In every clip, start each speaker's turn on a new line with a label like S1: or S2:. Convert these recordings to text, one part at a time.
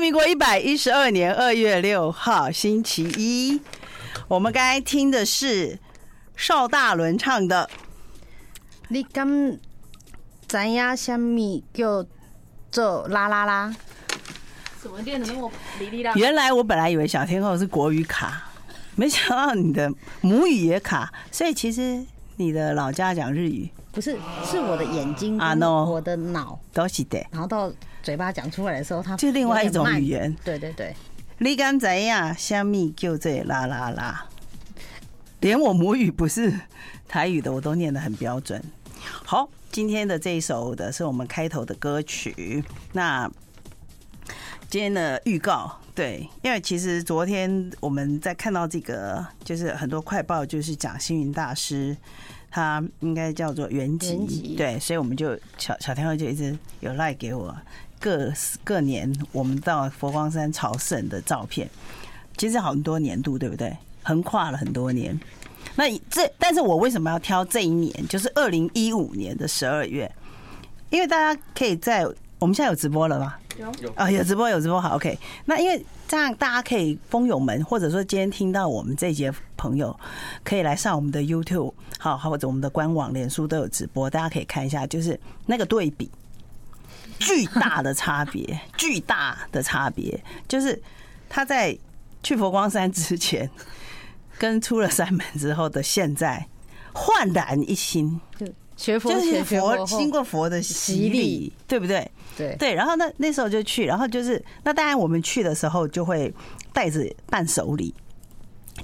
S1: 民国一百一十二年二月六号星期一，我们刚才听的是邵大伦唱的
S2: 你敢知影什么叫做啦啦啦？
S3: 怎么练的那么哩哩啦
S1: 《
S3: 啦？
S1: 原来我本来以为小天后是国语卡，没想到你的母语也卡，所以其实你的老家讲日语
S2: 不是，是我的眼睛
S1: 啊
S2: 跟
S1: ，no
S2: 我的脑，
S1: 都是的。
S2: 然后到嘴巴讲出来的时候，它
S1: 就另外一种
S2: 有点嗯慢
S1: 语言。
S2: 对对对，
S1: 你敢怎样？虾米就这啦啦啦，连我母语不是台语的，我都念得很标准。好，今天的这一首的是我们开头的歌曲。那今天的预告，对，因为其实昨天我们在看到这个，就是很多快报，就是讲星云大师，他应该叫做原
S2: 原
S1: 籍
S2: 籍，
S1: 对，所以我们就小小天后就一直有赖给我各各年我们到佛光山朝圣的照片，其实很多年度，对不对？横跨了很多年。那这，但是我为什么要挑这一年？就是二零一五年的十二月，因为大家可以在我们现在有直播了吧？啊，有直播有直播，好，OK。那因为这样大家可以蜂友们，或者说今天听到我们这一节朋友，可以来上我们的 YouTube，好，或者我们的官网、脸书都有直播，大家可以看一下，就是那个对比，巨大的差别，巨大的差别，就是他在去佛光山之前，跟出了山门之后的现在，焕然一新，
S2: 就学佛
S1: 就是
S2: 前学佛
S1: 佛经
S2: 后，
S1: 过佛的洗
S2: 洗
S1: 礼
S2: 礼，
S1: 对不对？
S2: 对，
S1: 对，然后那那时候就去，然后就是那当然我们去的时候就会带着伴手礼。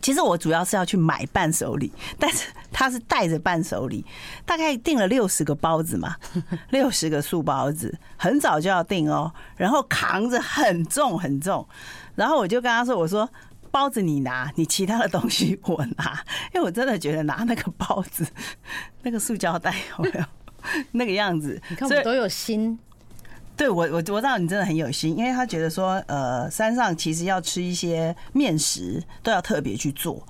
S1: 其实我主要是要去买伴手礼，但是他是带着伴手礼，大概订了六十个包子 嘛，六十个素包子，很早就要订哦，然后扛着很重很重，然后我就跟他说：“我说包子你拿，你其他的东西我拿， 因为我真的觉得拿那个包子， 那个塑胶袋有没有 那个样子？
S2: 你看我
S1: 所以
S2: 们都有心，
S1: 对我，我我知道你真的很有心，因为他觉得说，呃，山上其实要吃一些面食，都要特别去做，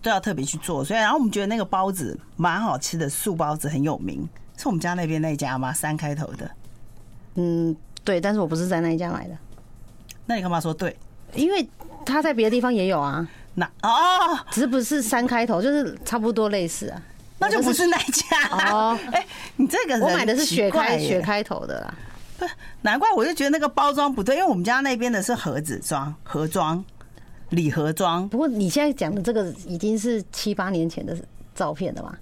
S1: 都要特别去做。所以，然后我们觉得那个包子蛮好吃的，素包子很有名，是我们家那边那家吗？三开头的。
S2: 嗯，对，但是我不是在那一家买的，
S1: 那你干嘛说对？
S2: 因为他在别的地方也有啊，
S1: 那哦，
S2: 只是不是三开头，就是差不多类似啊。
S1: 那就不是那家。
S2: 哦
S1: 哎、你这个人
S2: 我买的是
S1: 奇
S2: 雪
S1: 怪
S2: 开
S1: 耶
S2: 雪开头的啦，
S1: 不是，难怪我就觉得那个包装不对，因为我们家那边的是盒子装、盒装、礼盒装。
S2: 不过你现在讲的这个已经是七八年前的照片了吧？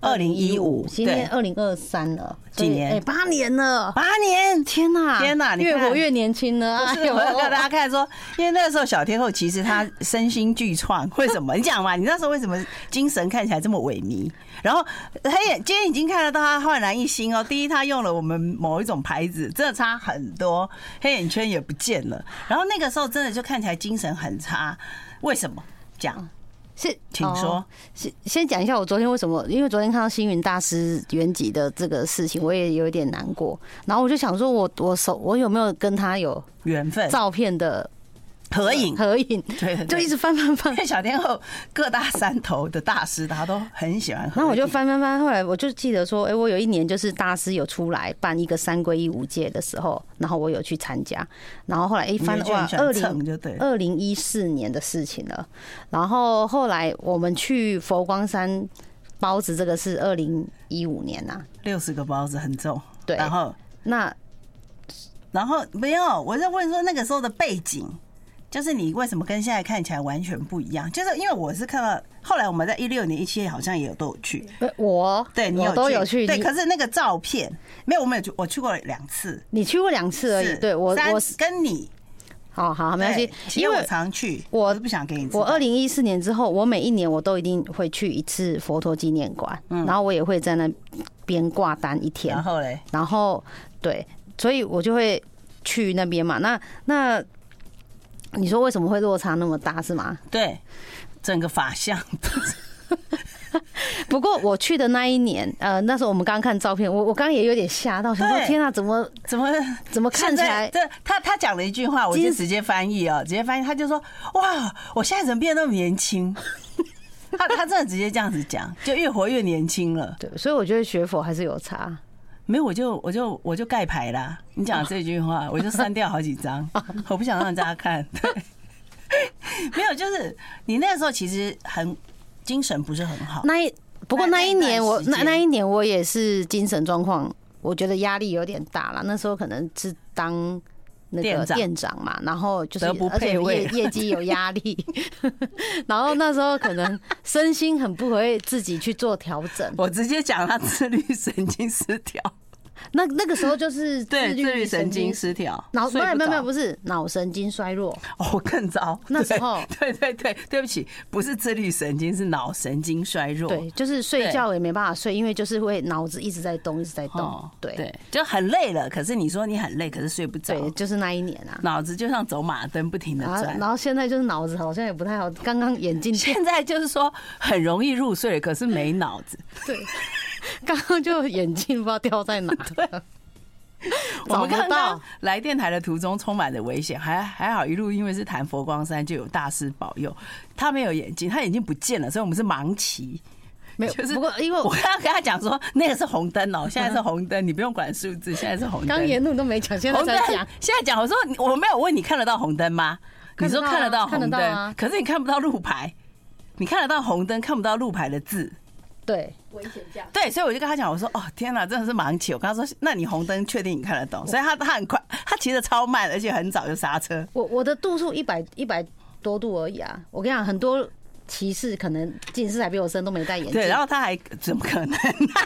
S1: 二零一五，
S2: 今
S1: 对，
S2: 天二零二三了，所以
S1: 几年
S2: 哎，八年了！
S1: 八年，
S2: 天哪，
S1: 天哪你
S2: 越
S1: 看
S2: 活越年轻 了。
S1: 不
S2: 哎
S1: 是，
S2: 呦
S1: 我要跟大家看说，因为那个时候小天后其实她身心俱创，为什么？你 讲嘛，你那时候为什么精神看起来这么萎靡？然后她也今天已经看得到她焕然一新哦。第一，她用了我们某一种牌子，真的差很多，黑眼圈也不见了。然后那个时候真的就看起来精神很差，为什么？讲，
S2: 是，
S1: 请说
S2: 嗯哦。先先讲一下我昨天为什么，因为昨天看到星云大师原籍的这个事情，我也有一点难过。然后我就想说我，我手我有没有跟他有
S1: 缘分、
S2: 照片的
S1: 合影，
S2: 合影？
S1: 对对
S2: 就一
S1: 对。
S2: 直翻翻翻
S1: 因。为小天后各大山头的大师，大家都很喜欢合影。
S2: 然后我就翻翻翻，后来我就记得说，哎、我有一年就是大师有出来办一个三归一五届的时候，然后我有去参加，然后后来一翻
S1: 你就
S2: 哇
S1: 很喜，欢
S2: 二
S1: 蹭
S2: 零
S1: 就对了
S2: 二零一四年的事情了。然后后来我们去佛光山包子，这个是二零一五年呐、
S1: 六十个包子很重，
S2: 对
S1: 然后
S2: 那
S1: 然后没有，我在问说那个时候的背景，就是你为什么跟现在看起来完全不一样？就是因为我是看到后来我们在一六年、一七年好像也有都有去，
S2: 呃我
S1: 对你
S2: 我都有去，
S1: 对，
S2: 你
S1: 可是那个照片没有，我们有去，我去过两次，
S2: 你去过两次而已
S1: 是。
S2: 对我
S1: 三
S2: 我
S1: 跟你
S2: 好好没关系
S1: 对，其实
S2: 因
S1: 我
S2: 为
S1: 常去，
S2: 我
S1: 是不想给你知道
S2: 我二零一四年之后，我每一年我都一定会去一次佛陀纪念馆，然后我也会在那边挂单一天
S1: 嗯然，后嘞，
S2: 然后对，所以我就会去那边嘛。那那你说为什么会落差那么大是吗？
S1: 对整个法相，
S2: 不过我去的那一年，呃，那时候我们刚刚看照片，我我刚刚也有点吓到，想
S1: 对
S2: 说天啊，怎么
S1: 怎么
S2: 怎么看起来
S1: 现在这他他讲了一句话，我就
S2: 今
S1: 直接翻译哦，直接翻译，他就说：“哇，我现在怎么变得那么年轻？” 他他真的直接这样子讲，就越活越年轻了。
S2: 对，所以我觉得学佛还是有差。
S1: 没有，我就我就我就盖牌啦。你讲这句话，我就删掉好几张， 我不想让大家看。 对，没有，就是你那个时候其实很精神不是很好，
S2: 那一不过
S1: 那
S2: 那
S1: 那
S2: 一
S1: 一
S2: 年
S1: 段
S2: 我
S1: 时
S2: 那
S1: 间
S2: 那一年我也是精神状况，我觉得压力有点大了。那时候可能是当那
S1: 店
S2: 个
S1: 长
S2: 店长嘛，然后就是
S1: 德不
S2: 而且
S1: 配位
S2: 业业绩有压力， 然后那时候可能身心很不会自己去做调整。
S1: 我直接讲他自律神经失调，
S2: 那那个时候就是
S1: 对，自律神经
S2: 失
S1: 失调，
S2: 脑，
S1: 睡
S2: 没有没有没有，
S1: 着
S2: 不是脑神经衰弱。
S1: 哦，更糟。
S2: 那时候
S1: 对，对对对，对不起，不是自律神经，是脑神经衰弱。
S2: 对，就是睡
S1: 对
S2: 觉也没办法睡，因为就是会脑子一直在动，一直在动
S1: 哦。，
S2: 对
S1: 对，就很累了。可是你说你很累，可是睡不着，
S2: 对，就是那一年啊。
S1: 脑子就像走马灯，不停的
S2: 然后，
S1: 转
S2: 然。后现在就是脑子好像也不太好，刚刚眼镜掉，
S1: 现在就是说很容易入睡，可是没脑 子。
S2: 对，刚刚就眼镜不知道掉在 哪，
S1: 我
S2: 找
S1: 们
S2: 不
S1: 刚
S2: 到
S1: 刚。来电台的途中充满了危险，还还好一路因为是谈佛光山就有大师保佑，他没有眼睛，他眼睛不见了，所以我们是盲骑。
S2: 没有
S1: 就是，
S2: 不过因为
S1: 我
S2: 我
S1: 刚刚跟他讲说那个是红灯 哦，现在是红灯，你不用管数字，现在是红灯。
S2: 刚沿路都没讲，现在
S1: 红灯
S2: 才讲，
S1: 现在讲我说你我没有问你看得到红灯吗？你
S2: 看得
S1: 说
S2: 到啊
S1: 看得到红
S2: 看得到啊
S1: 灯，可是你看不到路牌，你看得到红灯，看不到路牌的字。
S2: 对，
S3: 危险价。
S1: 对，所以我就跟他讲，我说哦天哪，真的是盲起。我跟他说，那你红灯确定你看得懂？所以他他很快，他骑得超慢，而且很早就刹车。
S2: 我我的度数一百一百多度而已啊，我跟你讲，很多骑士可能近视还比我深，都没戴眼镜。
S1: 对，然后他还怎么可能？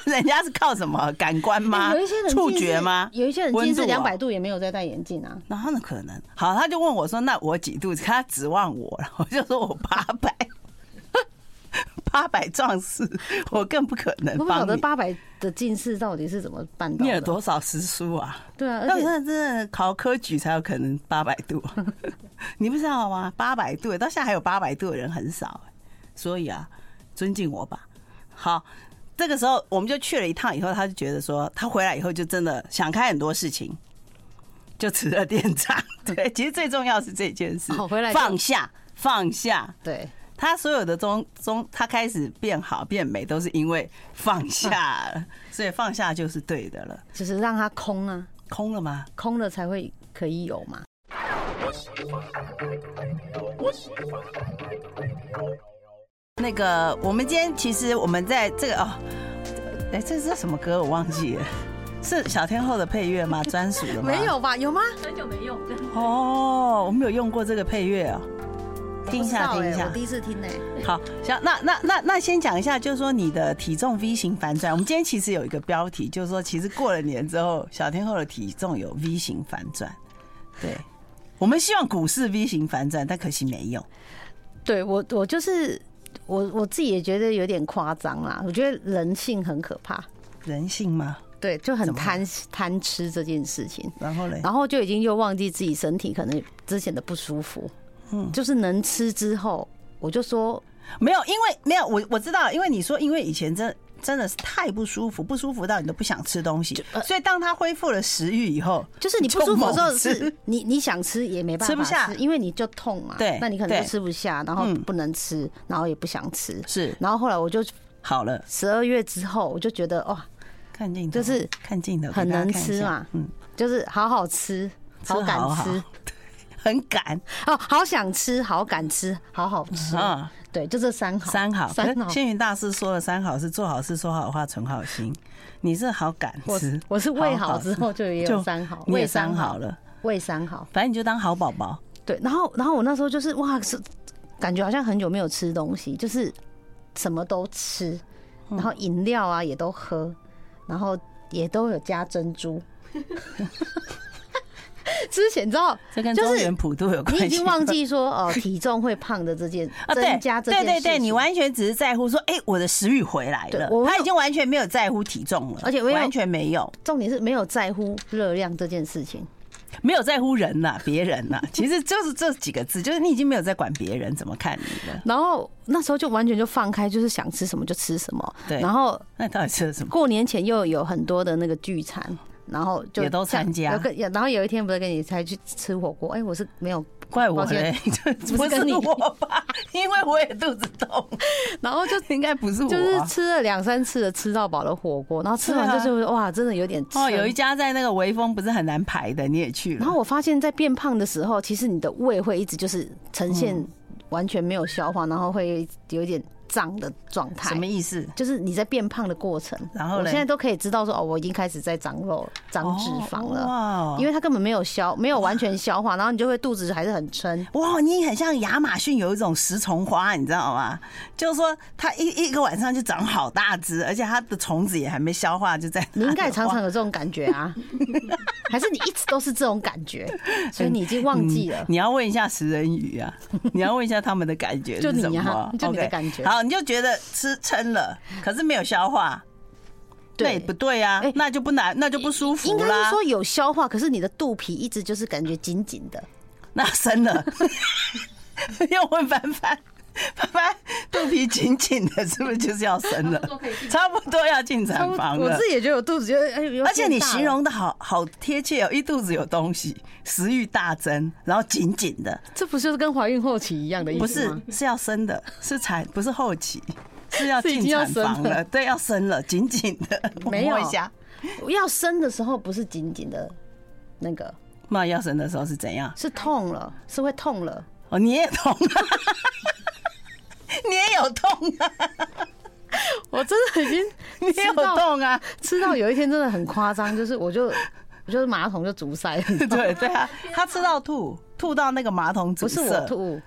S1: 那人家是靠什么感官吗
S2: 哎有一些人？
S1: 触
S2: 近视
S1: 觉吗？
S2: 有一些人
S1: 温
S2: 近视
S1: 度
S2: 两
S1: 啊
S2: 百度也没有在戴眼镜啊。
S1: 然后呢？可能好，他就问我说：“那我几度？”他指望我，然后我就说我八百， 八百壮士，我更不可能
S2: 我不晓
S1: 帮
S2: 得
S1: 你。
S2: 八百的近视到底是怎么办到
S1: 你有
S2: 的？
S1: 多少时书啊？
S2: 对啊，而
S1: 那我
S2: 且
S1: 真的真的考科举才有可能八百度， 你不知道吗？八百度到现在还有八百度的人很少、欸所以啊，尊敬我吧。好，这个时候我们就去了一趟以后，他就觉得说，他回来以后就真的想开很多事情，就辞了店长。 对，其实最重要是这件事，
S2: 哦回来就
S1: 放下放下，
S2: 对，
S1: 他所有的中中，他开始变好变美，都是因为放下了，所以放下就是对的了。
S2: 就是让它空啊，
S1: 空了吗？
S2: 空了才会可以有嘛。
S1: 那个，我们今天其实我们在这个哦，哎，这是什么歌？我忘记了， 是小天后的配乐吗？专属的吗？
S2: 没有吧？有吗？
S3: 很久没用，真的
S1: 哦，我们有用过这个配乐哦，听一下，
S2: 不知
S1: 听
S2: 道
S1: 一
S2: 欸
S1: 下
S2: 我。第一次听呢、
S1: 好，像那那那那先讲一下，就是说你的体重 V 型反转。我们今天其实有一个标题，就是说其实过了年之后，小天后的体重有 V 型反转。对，我们希望股市 V 型反转，但可惜没有。
S2: 对我，我就是我我自己也觉得有点夸张啦。我觉得人性很可怕，
S1: 人性吗？
S2: 对，就很
S1: 怎么了
S2: 贪贪吃这件事情，
S1: 然后嘞，
S2: 然后就已经又忘记自己身体可能之前的不舒服，嗯，就是能吃之后，我就说
S1: 没有，因为没有我我知道，因为你说因为以前真真的是太不舒服，不舒服到你都不想吃东西，所以当他恢复了食欲以后，
S2: 呃就是你不舒服的时候
S1: 就猛吃
S2: 是你你想吃也没办
S1: 吃不
S2: 法
S1: 下
S2: 因为你就痛嘛。
S1: 对
S2: 那你可能
S1: 对
S2: 就吃不下，然后
S1: 嗯
S2: 不能吃，然后也不想吃。
S1: 是
S2: 然后后来我就
S1: 好了，
S2: 十二月之后，我就觉得哇，
S1: 看镜头
S2: 就是
S1: 看镜头，
S2: 很
S1: 给大家
S2: 能
S1: 看一
S2: 吃
S1: 下
S2: 嘛
S1: 嗯，
S2: 就是好好吃，
S1: 吃
S2: 好敢
S1: 好好
S2: 吃
S1: 很赶
S2: 哦，好想吃，好敢吃，好好吃。
S1: 啊，
S2: 对，就这三好。
S1: 三好。可
S2: 三好
S1: 是。星云大师说了三好是做好事、说好话、存好心，你是好敢
S2: 我
S1: 吃，
S2: 我是喂好之
S1: 吃
S2: 后就也有
S1: 就
S2: 三好，
S1: 你
S2: 喂
S1: 也三
S2: 三
S1: 好，了，
S2: 喂三好。
S1: 反正你就当好宝宝。
S2: 对，然后然后我那时候就是哇，是感觉好像很久没有吃东西，就是什么都吃，
S1: 嗯
S2: 然后饮料啊也都喝，然后也都有加珍珠。 之前你知道，
S1: 这跟
S2: 就
S1: 中
S2: 是
S1: 原普渡有关
S2: 你
S1: 系。
S2: 已经忘记说哦，体重会胖的这件
S1: 啊，对
S2: 增加这件
S1: 对
S2: 事
S1: 对对，
S2: 情
S1: 你完全只是在乎说，哎、我的食欲回来
S2: 对
S1: 了
S2: 我，没有
S1: 他已经完全没有在乎体重了，
S2: 而且我有
S1: 完全没有，
S2: 重点是没有在乎热量这件事情。
S1: 没有在乎人呐、别人呐、 其实就是这几个字，就是你已经没有在管别人怎么看你 了。
S2: 然后那时候就完全就放开，就是想吃什么就吃什么。
S1: 对
S2: 然后
S1: 那你到底吃了什么？
S2: 过年前又有很多的那个聚餐，然后就
S1: 也都
S2: 这样
S1: 参加
S2: 有跟然后有一天不是跟你才去吃火锅，哎，我是 没有，
S1: 怪我
S2: 抱歉
S1: 嘞， 就
S2: 不
S1: 不
S2: 是跟
S1: 是
S2: 你
S1: 我吧？ 因为我也肚子痛，
S2: 然后就
S1: 应该不是我啊。啊
S2: 就是吃了两三次的吃到饱的火锅，然后吃完就是哇，真的有点
S1: 哦，
S2: 撑
S1: 有一家在那个微风不是很难排的，你也去了。
S2: 然后我发现，在变胖的时候，其实你的胃会一直就是呈现
S1: 嗯
S2: 完全没有消化，然后会有一点胀的状态
S1: 什。么意思？
S2: 就是你在变胖的过程，
S1: 然后
S2: 我
S1: 嘞
S2: 现在都可以知道说，哦，我已经开始在长肉了、长脂肪
S1: 哦哇
S2: 了，
S1: 哦
S2: 因为它根本没有消，没有完全消化，然后你就会肚子还是很撑。
S1: 哇，你很像亚马逊有一种食虫花，你知道吗？就是说它一一个晚上就长好大只，而且它的虫子也还没消化就在那
S2: 你
S1: 里
S2: 应该也常
S1: 花
S2: 常有这种感觉 啊，还是你一直都是这种感 觉，所以你已经忘记啊了
S1: 嗯。你要问一下食人鱼 啊，你要问一下他们的感觉
S2: 就是你
S1: 什
S2: 啊
S1: 么？
S2: 就你的
S1: OK，
S2: 感觉
S1: 好，你就觉得吃撑了，可是没有消化，那也
S2: 对
S1: 不，对啊
S2: 哎，
S1: 那就不难，那就不舒
S2: 应
S1: 服
S2: 该是
S1: 啦，
S2: 说有消化，可是你的肚皮一直就是感觉紧紧的。
S1: 那生了。 要问凡凡，凡凡肚皮紧紧的，是不是就是要生了
S3: 差不多可以进？
S1: 差不多要进产房
S2: 我
S1: 了。
S2: 自己也觉得我肚子觉得，哎，有
S1: 而且
S2: 点
S1: 你
S2: 大了
S1: 形容的好好贴切哦，一肚子有东西，食欲大增，然后紧紧的，
S2: 这不就是跟怀孕后期一样的意思
S1: 不是
S2: 吗
S1: 是要生的，是产不是后期，是要
S2: 是已
S1: 进
S2: 经要
S1: 产房
S2: 生了
S1: 了，对，要生了，紧紧的，我
S2: 没
S1: 摸
S2: 有
S1: 一下。
S2: 要生的时候不是紧紧的，那个
S1: 那要生的时候是怎样？
S2: 是痛了，是会痛了。
S1: 哦，你也痛 啊，你也有痛啊，
S2: 我真的已经
S1: 你也有痛啊，
S2: 吃到有一天真的很夸张，就是我就我就是马桶就 阻塞，
S1: 对对啊，他吃到吐，吐到那个马桶阻
S2: 不是
S1: 塞。
S2: 我吐。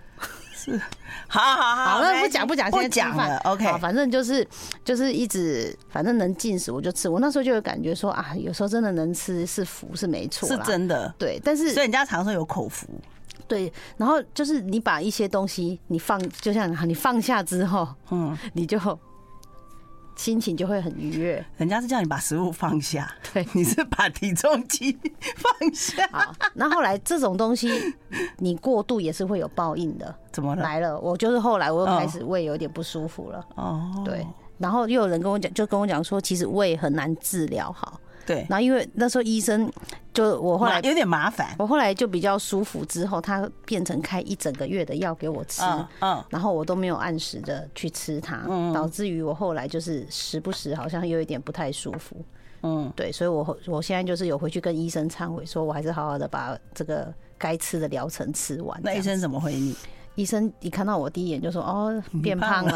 S1: 好好好，
S2: 好，
S1: 没
S2: 那
S1: 关
S2: 不
S1: 系
S2: 讲不讲，
S1: 不
S2: 现在吃
S1: 讲
S2: 饭
S1: 了，OK
S2: 好。反正就是就是一直，反正能进食我就吃。我那时候就有感觉说啊，有时候真的能吃是福是没错
S1: 是
S2: 啦，
S1: 真的，
S2: 对，但是
S1: 所以人家常说有口福，
S2: 对，然后就是你把一些东西你放，就像你放下之后，
S1: 嗯，
S2: 你就心情就会很愉悦。
S1: 人家是叫你把食物放下，
S2: 对
S1: 你是把体重机放下，
S2: 好，那后来这种东西你过度也是会有报应的。
S1: 怎么了？
S2: 来了，我就是后来我又
S1: 嗯
S2: 开始胃有点不舒服了，
S1: 哦，
S2: 对。然后又有人跟我讲，就跟我讲说，其实胃很难治疗好。
S1: 对，
S2: 然后因为那时候医生就我后来
S1: 麻有点麻烦，
S2: 我后来就比较舒服之后，他变成开一整个月的药给我吃。
S1: 嗯嗯，
S2: 然后我都没有按时的去吃它，
S1: 嗯
S2: 导致于我后来就是时不时好像有一点不太舒服。
S1: 嗯，
S2: 对，所以我后我现在就是有回去跟医生忏悔，说我还是好好的把这个该吃的疗程吃完。
S1: 那医
S2: 这样
S1: 生怎么回你？
S2: 医生一看到我第一眼就说：“哦，变胖了。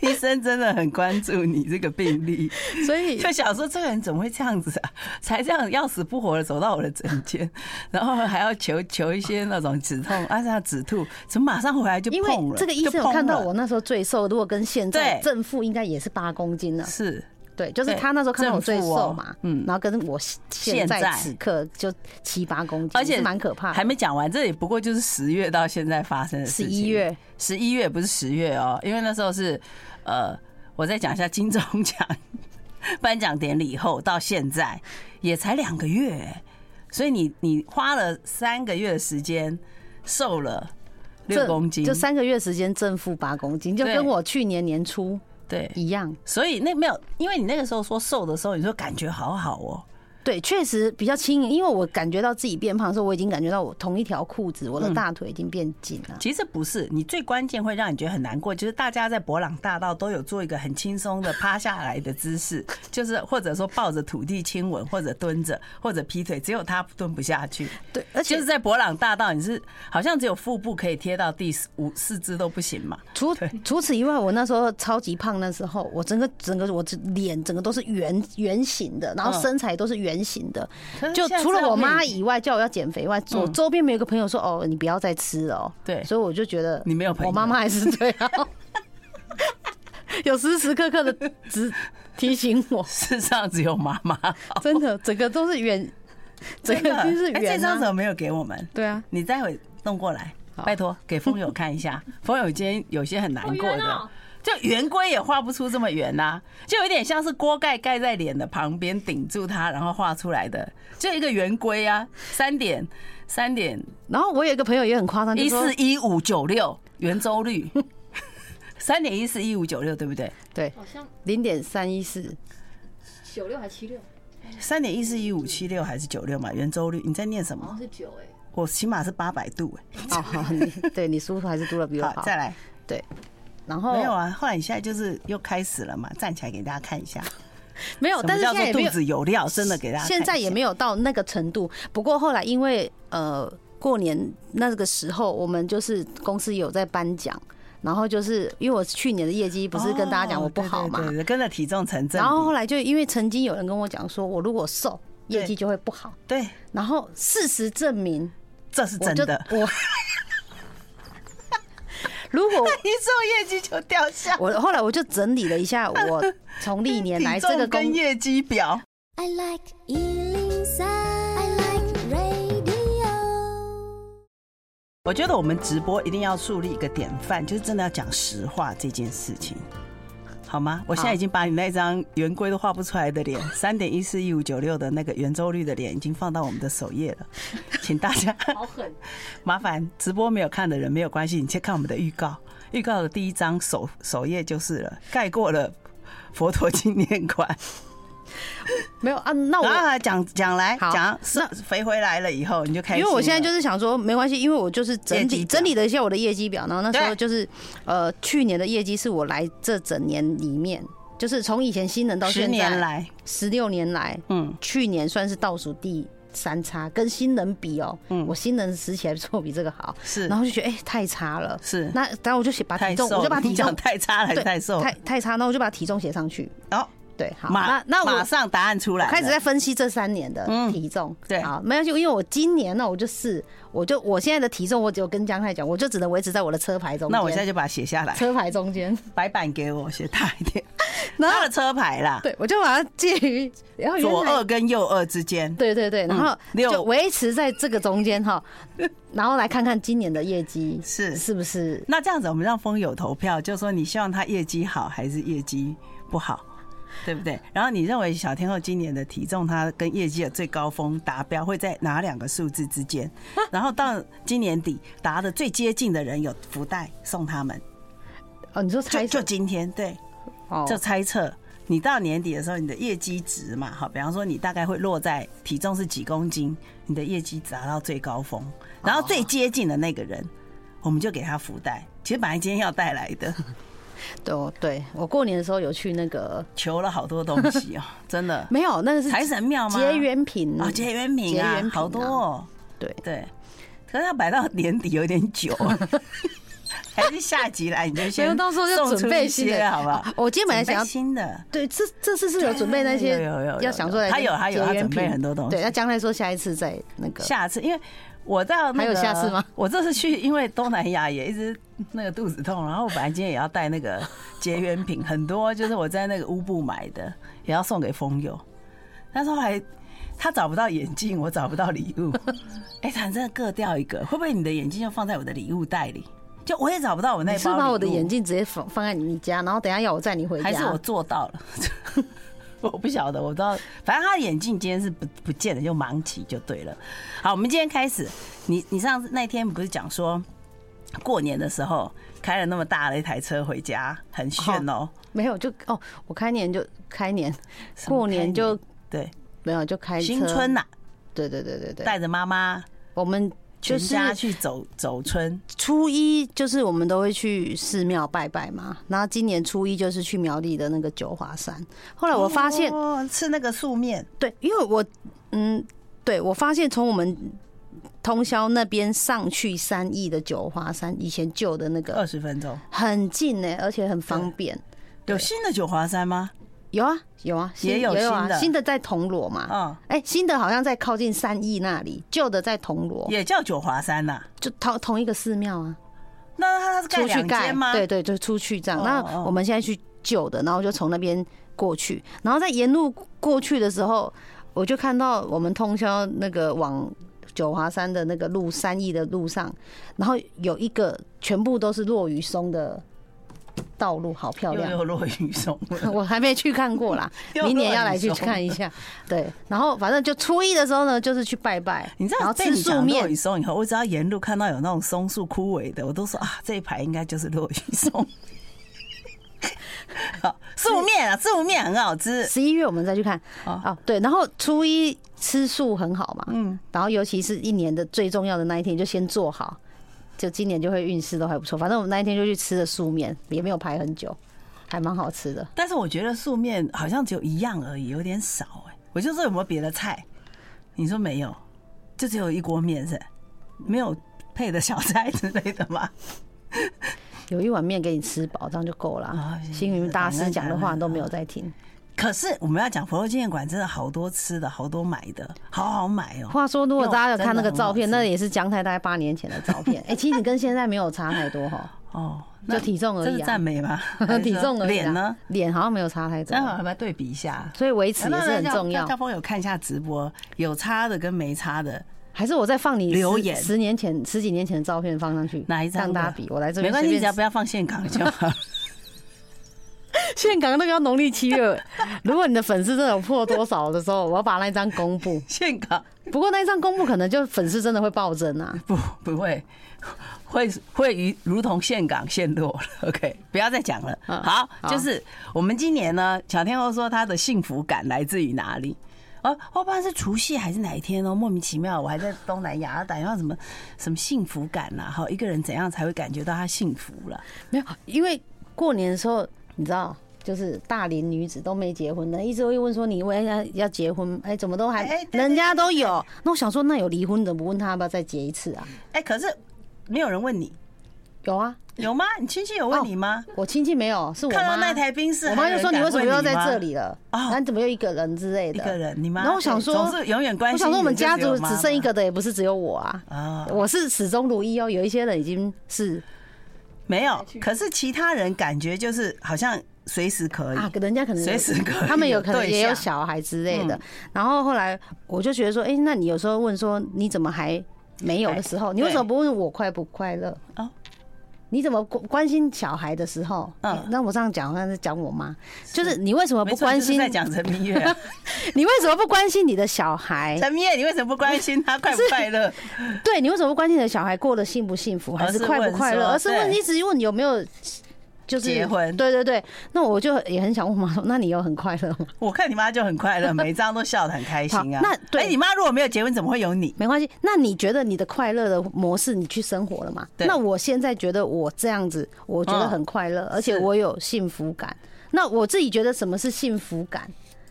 S1: 医生真的很关注你这个病例，”
S2: 所以
S1: 就想说这个人怎么会这样子啊？ 才这样要死不活的走到我的诊间，然后还要求求一些那种止痛，啊，像止吐，怎么马上回来就
S2: 因
S1: 碰
S2: 为
S1: 了？
S2: 这个医
S1: 就
S2: 生有
S1: 碰
S2: 看到
S1: 了
S2: 我那时候最瘦，如果跟现在
S1: 对
S2: 正负应该也是八公斤了。
S1: 是
S2: 对，就是
S1: 对
S2: 他那时候看到我最
S1: 正负哦
S2: 瘦嘛，
S1: 嗯
S2: 然后跟我现
S1: 现在
S2: 在此刻就七八公斤，
S1: 而且
S2: 是蛮可怕的。
S1: 还没讲完，这也不过就是十月到现在发生的事
S2: 啊十
S1: 情。
S2: 一，月，
S1: 十一月不是十月哦，因为那时候是呃，我再讲一下金钟奖颁奖典礼后到现在也才两个月，欸所以你你花了三个月的时间瘦了六
S2: 这
S1: 公斤，
S2: 就三个月时间正负八公斤，就
S1: 对
S2: 跟我去年年初
S1: 对，
S2: 一样。
S1: 所以那没有，因为你那个时候说瘦的时候，你说感觉好好哦，
S2: 对，确实比较轻盈，因为我感觉到自己变胖的时候，我已经感觉到我同一条裤子，我的
S1: 嗯
S2: 大腿已经变紧了。
S1: 其实不是，你最关键会让你觉得很难过，就是大家在博朗大道都有做一个很轻松的趴下来的姿势， 就是或者说抱着土地亲吻，或者蹲着，或者劈腿，只有他蹲不下去。
S2: 对，而
S1: 就
S2: 且
S1: 是在博朗大道，你是好像只有腹部可以贴到第四五四肢都不行嘛？
S2: 除
S1: 对
S2: 除此以外，我那时候超级胖，那时候我整个整个我这脸整个都是圆圆形的，然
S1: 嗯
S2: 后身材都是圆形的。
S1: 可是
S2: 就
S1: 现在
S2: 除了我妈
S1: 这样嗯
S2: 以外，叫我要减肥以外，我周边没有一个朋友说哦，你不要再吃了、哦。
S1: 对
S2: 所以我就觉得
S1: 你没有朋友
S2: 我妈妈还是这 样，有时时刻刻的只提醒我，
S1: 世上只有妈妈好，
S2: 真的，整个都是圆，整
S1: 真
S2: 个
S1: 的
S2: 就是
S1: 哎这
S2: 圆
S1: 张怎
S2: 啊。
S1: 么没有给我们？
S2: 对啊，
S1: 你待会弄过来，
S2: 好
S1: 拜托给风友看一下。风友今天有些很难过
S3: 好圆
S1: 的
S3: 哦，
S1: 就圆规也画不出这么圆呐、就有点像是锅盖盖在脸的旁边顶住它，然后画出来的，就一个圆规啊，三点三点
S2: 然后我有一个朋友也很夸张，就
S1: 一
S2: 说
S1: 四一五九六圆周率， 三点一四一五九六对不对？
S2: 对
S3: 好像
S2: 零点三一四，
S3: 九六还七六，
S1: 三点一四一五七六还是九六嘛？圆周率你在念什
S3: 好像
S1: 么？
S3: 是九哎，
S1: 我起码是八百度
S2: 哦，好，你对你叔叔还是读的比
S1: 哎、
S2: 我
S1: 好，
S2: 好。
S1: 再来，
S2: 然后
S1: 没有啊，后来你现在就是又开始了嘛，站起来给大家看一下，
S2: 没有，
S1: 什
S2: 哦但
S1: 么
S2: 是
S1: 叫
S2: 现在
S1: 做肚
S2: 也没有，
S1: 子有料，真的给大家看一下。
S2: 现在也没有到那个程度。不过后来因为呃过年那个时候，我们就是公司有在颁奖，然后就是因为我去年的业绩不是跟大家讲我不好嘛
S1: 哦对，对对跟着体重成正比，
S2: 然后后来就因为曾经有人跟我讲说，我如果瘦，
S1: 对
S2: 业绩就会不好。
S1: 对，
S2: 然后事实证明，
S1: 这是
S2: 我
S1: 真
S2: 就
S1: 的。
S2: 我。如
S1: 一
S2: 果
S1: 做业绩就掉 下，
S2: 我后来我就整理了一下，我从历年 来
S1: 体
S2: 这个
S1: 重
S2: 公
S1: 跟业绩表。
S4: I like Ealing Sound. I like radio.
S1: 我觉得我们直播一定要树立一个典范，就是真的要讲实话这件事情，好吗？我现在已经把你那张圆规都画不出来的脸，三点一四一五九六的那个圆周率的脸，已经放到我们的首页了，请大家
S3: 好狠，
S1: 麻烦直播没有看的人没有关系，你先看我们的预告，预告的第一张首首页就是了，盖过了佛陀纪念馆。
S2: 没有啊， 那我
S1: 然后讲讲来
S2: 好
S1: 讲，是肥回来了以后你就开
S2: 因
S1: 心了，
S2: 为我现在就是想说，没关系，因为我就是整
S1: 啊业绩
S2: 理
S1: 表
S2: 整理了一下我的业绩表，然后那时候
S1: 对
S2: 就是呃，去年的业绩是我来这整年里面，就是从以前新人到
S1: 十
S2: 现
S1: 年
S2: 在
S1: 来，
S2: 十六年来，
S1: 嗯，
S2: 去年算是倒数第三差，跟新人比哦、
S1: 嗯
S2: 我新人时起来做比这个好，
S1: 是
S2: 然后就觉得哎、太差了，
S1: 是
S2: 那然后我就写把体
S1: 太
S2: 重，
S1: 瘦了，
S2: 我就把体
S1: 你讲
S2: 重
S1: 太差了，还是
S2: 对
S1: 太瘦了
S2: 太，太差，那我就把体重写上去，
S1: 然后
S2: 对，好，
S1: 马
S2: 那那
S1: 马
S2: 我。
S1: 上答案出来
S2: 我
S1: 了，
S2: 开始在分析这三年的
S1: 嗯
S2: 体重，
S1: 对
S2: 好，没关系，因为我今年哦呢，我就是，我就我现在的体重，我只有跟江太讲，我就只能维持在我的车牌中间，
S1: 那我现在就把它写下来，
S2: 车牌中 间，
S1: 白板给我写大一点，
S2: 然后
S1: 他的车牌啦，
S2: 对我就把它介于，然啊后原
S1: 左
S2: 来
S1: 二跟右二之间，
S2: 对对对，然后
S1: 六
S2: 就维持在这个中间 哈，然后来看看今年的业绩
S1: 是
S2: 是不是
S1: 那这样子我们让风友投票，就说你希望他业绩好还是业绩不好，对不对？然后你认为小天后今年的体重，他跟业绩的最高峰达标会在哪两个数字之间？然后到今年底答的最接近的人有福袋送他们，
S2: 哦，你说
S1: 就
S2: 猜
S1: 就今天对，
S2: 哦
S1: 就猜测。你到年底的时候，你的业绩值嘛，好，比方说你大概会落在体重是几公斤，你的业绩达到最高
S2: 哦
S1: 峰，然后最接近的那个人，我们就给他福袋。其实本来今天要带来 的，
S2: 对哦对，我过年的时候有去那个
S1: 求了好多东 西哦，真的。
S2: 没有，那个是
S1: 财神庙吗？
S2: 结缘品
S1: 啊，结缘品
S2: 结
S1: 啊
S2: 缘，品啊
S1: 好多、哦。
S2: 对
S1: 对，可是要摆到年底有点 久，还是下集来你就
S2: 没有
S1: 先
S2: 到时候就
S1: 送
S2: 准
S1: 出
S2: 备
S1: 一
S2: 新的哦
S1: 些好不好？
S2: 我今天本来想
S1: 准
S2: 要
S1: 备新的，
S2: 对，这这次是有准备那些，
S1: 有有有有
S2: 要想出来，
S1: 他有他有他准备很多东西
S2: 对，那将来说下一次再那个，
S1: 下次因为。我到、那个、
S2: 还有下次吗？
S1: 我这次去，因为东南亚也一直那个肚子痛，然后我本来今天也要带那个结缘品，很多就是我在那个乌布买的，也要送给风友。但是后来他找不到眼镜，我找不到礼物。 哎、反正各掉一个，会不会你的眼镜就放在我的礼物袋里？就我也找不到我那包
S2: 你
S1: 礼物。
S2: 是把我的眼镜直接放放在你家，然后等一下要我载你回家，
S1: 还是我做到 了？我不晓得，我不知道，反正他的眼镜今天是不不见了，就盲起就对了。好，我们今天开始，你你上次那天不是讲说过年的时候开了那么大的一台车回家，很炫哦、
S2: 没有就哦，我开年就开年，
S1: 什么
S2: 过年就
S1: 对
S2: 没有就开车
S1: 新春，呐、
S2: 对对对对对，
S1: 带着妈妈
S2: 我们就
S1: 全
S2: 是
S1: 家去走走春，
S2: 初一就是我们都会去寺庙拜拜嘛，然后今年初一就是去苗栗的那个九华山，后来我发现
S1: 哦吃那个素面，
S2: 对，因为我嗯，对我发现从我们通宵那边上去三义的九华山，以前旧的那
S1: 二
S2: 个
S1: 十分钟。
S2: 很近呢、而且很方便。
S1: 有新的九华山吗？
S2: 有啊，有啊，新
S1: 也有新
S2: 啊，
S1: 的
S2: 新的在铜锣嘛。
S1: 嗯，
S2: 哎、新的好像在靠近三义那里，旧的在铜锣，
S1: 也叫九华山呐、
S2: 就同同一个寺庙啊，
S1: 那它是盖
S2: 出去
S1: 两
S2: 盖
S1: 间吗？
S2: 对对，就出去这样。
S1: 哦
S2: 那
S1: 哦
S2: 我们现在去旧的，然后就从那边过去，然后在沿路过去的时候，我就看到我们通宵那个往九华山的那个路三义的路上，然后有一个全部都是落雨松的道路，好漂
S1: 又
S2: 亮。
S1: 又落雨松了，
S2: 我还没去看过啦，
S1: 又
S2: 明年要
S1: 落
S2: 来
S1: 雨
S2: 去
S1: 松
S2: 看一下。对，然后反正就初一的时候呢，就是去拜拜，
S1: 你知
S2: 然
S1: 道
S2: 后
S1: 被
S2: 吃
S1: 你
S2: 素
S1: 讲落
S2: 面
S1: 雨，松以后，我只要沿路看到有那种松树 枯萎的，我都说啊，这一排应该就是落雨松。好，素面啊，素面很好吃。
S2: 十一月我们再去看
S1: 哦
S2: 哦，对，然后初一吃素很好嘛，
S1: 嗯，
S2: 然后尤其是一年的最重要的那一天，就先做好，就今年就会运势都还不错。反正我们那一天就去吃了素面，也没有排很久，还蛮好吃的。
S1: 但是我觉得素面好像只有一样而已，有点少哎、我就说有没有别的菜？你说没有，就只有一锅面是吧，没有配的小菜之类的吗？
S2: 有一碗面给你吃饱，这样就够了啊。
S1: 哦
S2: 星云大师讲的话都没有在听。
S1: 可是我们要讲佛罗纪念馆，真的好多吃的，好多买的，好好买哦、
S2: 话说，如果大家有看那个照片，
S1: 真的很好
S2: 那
S1: 吃
S2: 也是姜太大概八年前的 照片。哎，其实你跟现在没有差太多哈，
S1: 哦，那
S2: 就体重而
S1: 这
S2: 已
S1: 是
S2: 啊
S1: 赞，美吗？还是
S2: 体重而已。啊
S1: 脸呢？？
S2: 脸好像没有差太多
S1: 正，好要不要对比一下？
S2: 所以维持也是很重要
S1: 让。大风有看一下直播，有差的跟没差的
S2: 还是我再放你十
S1: 留言
S2: 十年前、十几年前的照片放上去，
S1: 哪一张的？
S2: 让大家比？我来这
S1: 没
S2: 边
S1: 关系，
S2: 随
S1: 只要
S2: 便
S1: 不要放现港就好。
S2: 现港那个要农历七月， 如果你的粉丝真的有破多少的时候，我要把那一张公布。
S1: 现港
S2: 不过那一张公布可能就粉丝真的会暴增啊。
S1: 不不会，会会如如同现港现落了。OK，不要再讲了。
S2: 嗯
S1: 好，
S2: 好
S1: 就是我们今年呢，小天后说她的幸福感来自于哪里？哦，我不知道是除夕还是哪一天哦，莫名其妙，我还在东南亚打电话，什么什么幸福感呐、啊？好，一个人怎样才会感觉到他幸福了？
S2: 没有，因为过年的时候，你知道，就是大龄女子都没结婚的，一直会问说你为要要结婚，哎，怎么都
S1: 哎
S2: 还
S1: 对对
S2: 人家都有。那我想说，那有离婚的，不问他要不要再结一次啊？
S1: 哎、可是没有人问你，
S2: 有啊，
S1: 有吗？你亲戚有问你吗？
S2: 我亲戚没有，哦是我
S1: 看到
S2: 妈
S1: 那。台冰室，
S2: 我妈就说你为什么又要在这
S1: 里？
S2: 里了？
S1: 哦
S2: 然后你怎么又一个人之类
S1: 一
S2: 的？
S1: 个人，你妈。
S2: 然后我想说
S1: 总是永远关
S2: 我
S1: 心。
S2: 想说，我们家族只剩一个的，也不是只有我啊。
S1: 啊，
S2: 我是始终如一哦，有一些人已经是
S1: 没 有。可是其他人感觉就是好像随时可以
S2: 啊，人家可能有
S1: 哎随时可以
S2: 他们有可能
S1: 对
S2: 也有
S1: 象嗯
S2: 小孩之类的。然后后来我就觉得说，哎，那你有时候问说你怎么还没有的时候，
S1: 哎
S2: 你为什么不问我快不快乐？
S1: 哦
S2: 你怎么关关心小孩的时候？
S1: 嗯
S2: 哎那我这样讲好像是讲我妈，就是你为什么
S1: 没
S2: 不
S1: 错就
S2: 关
S1: 是
S2: 心？
S1: 在讲陈明月 啊，
S2: 你为什么不关心你的小孩？
S1: 陈明月，你为什么不关心他快不快 乐？
S2: 哎对你为什么不关心你的小孩过得幸不幸福，
S1: 而
S2: 还
S1: 是
S2: 是快不快乐？
S1: 问
S2: 而
S1: 说
S2: 是问
S1: 对
S2: 一直问有没有就是
S1: 结婚
S2: 对对对，那我就也很想问妈说，那你有很快乐吗？
S1: 我看你妈就很快乐，每一张都笑得很开心啊。
S2: 好那对
S1: 哎，你妈如果没有结婚，怎么会有你？
S2: 没关系，那你觉得你的快乐的模式，你去生活了嘛？
S1: 对
S2: 那我现在觉得我这样子，我觉得很快乐，而且
S1: 是
S2: 我有幸福感。那我自己觉得什么是幸福感？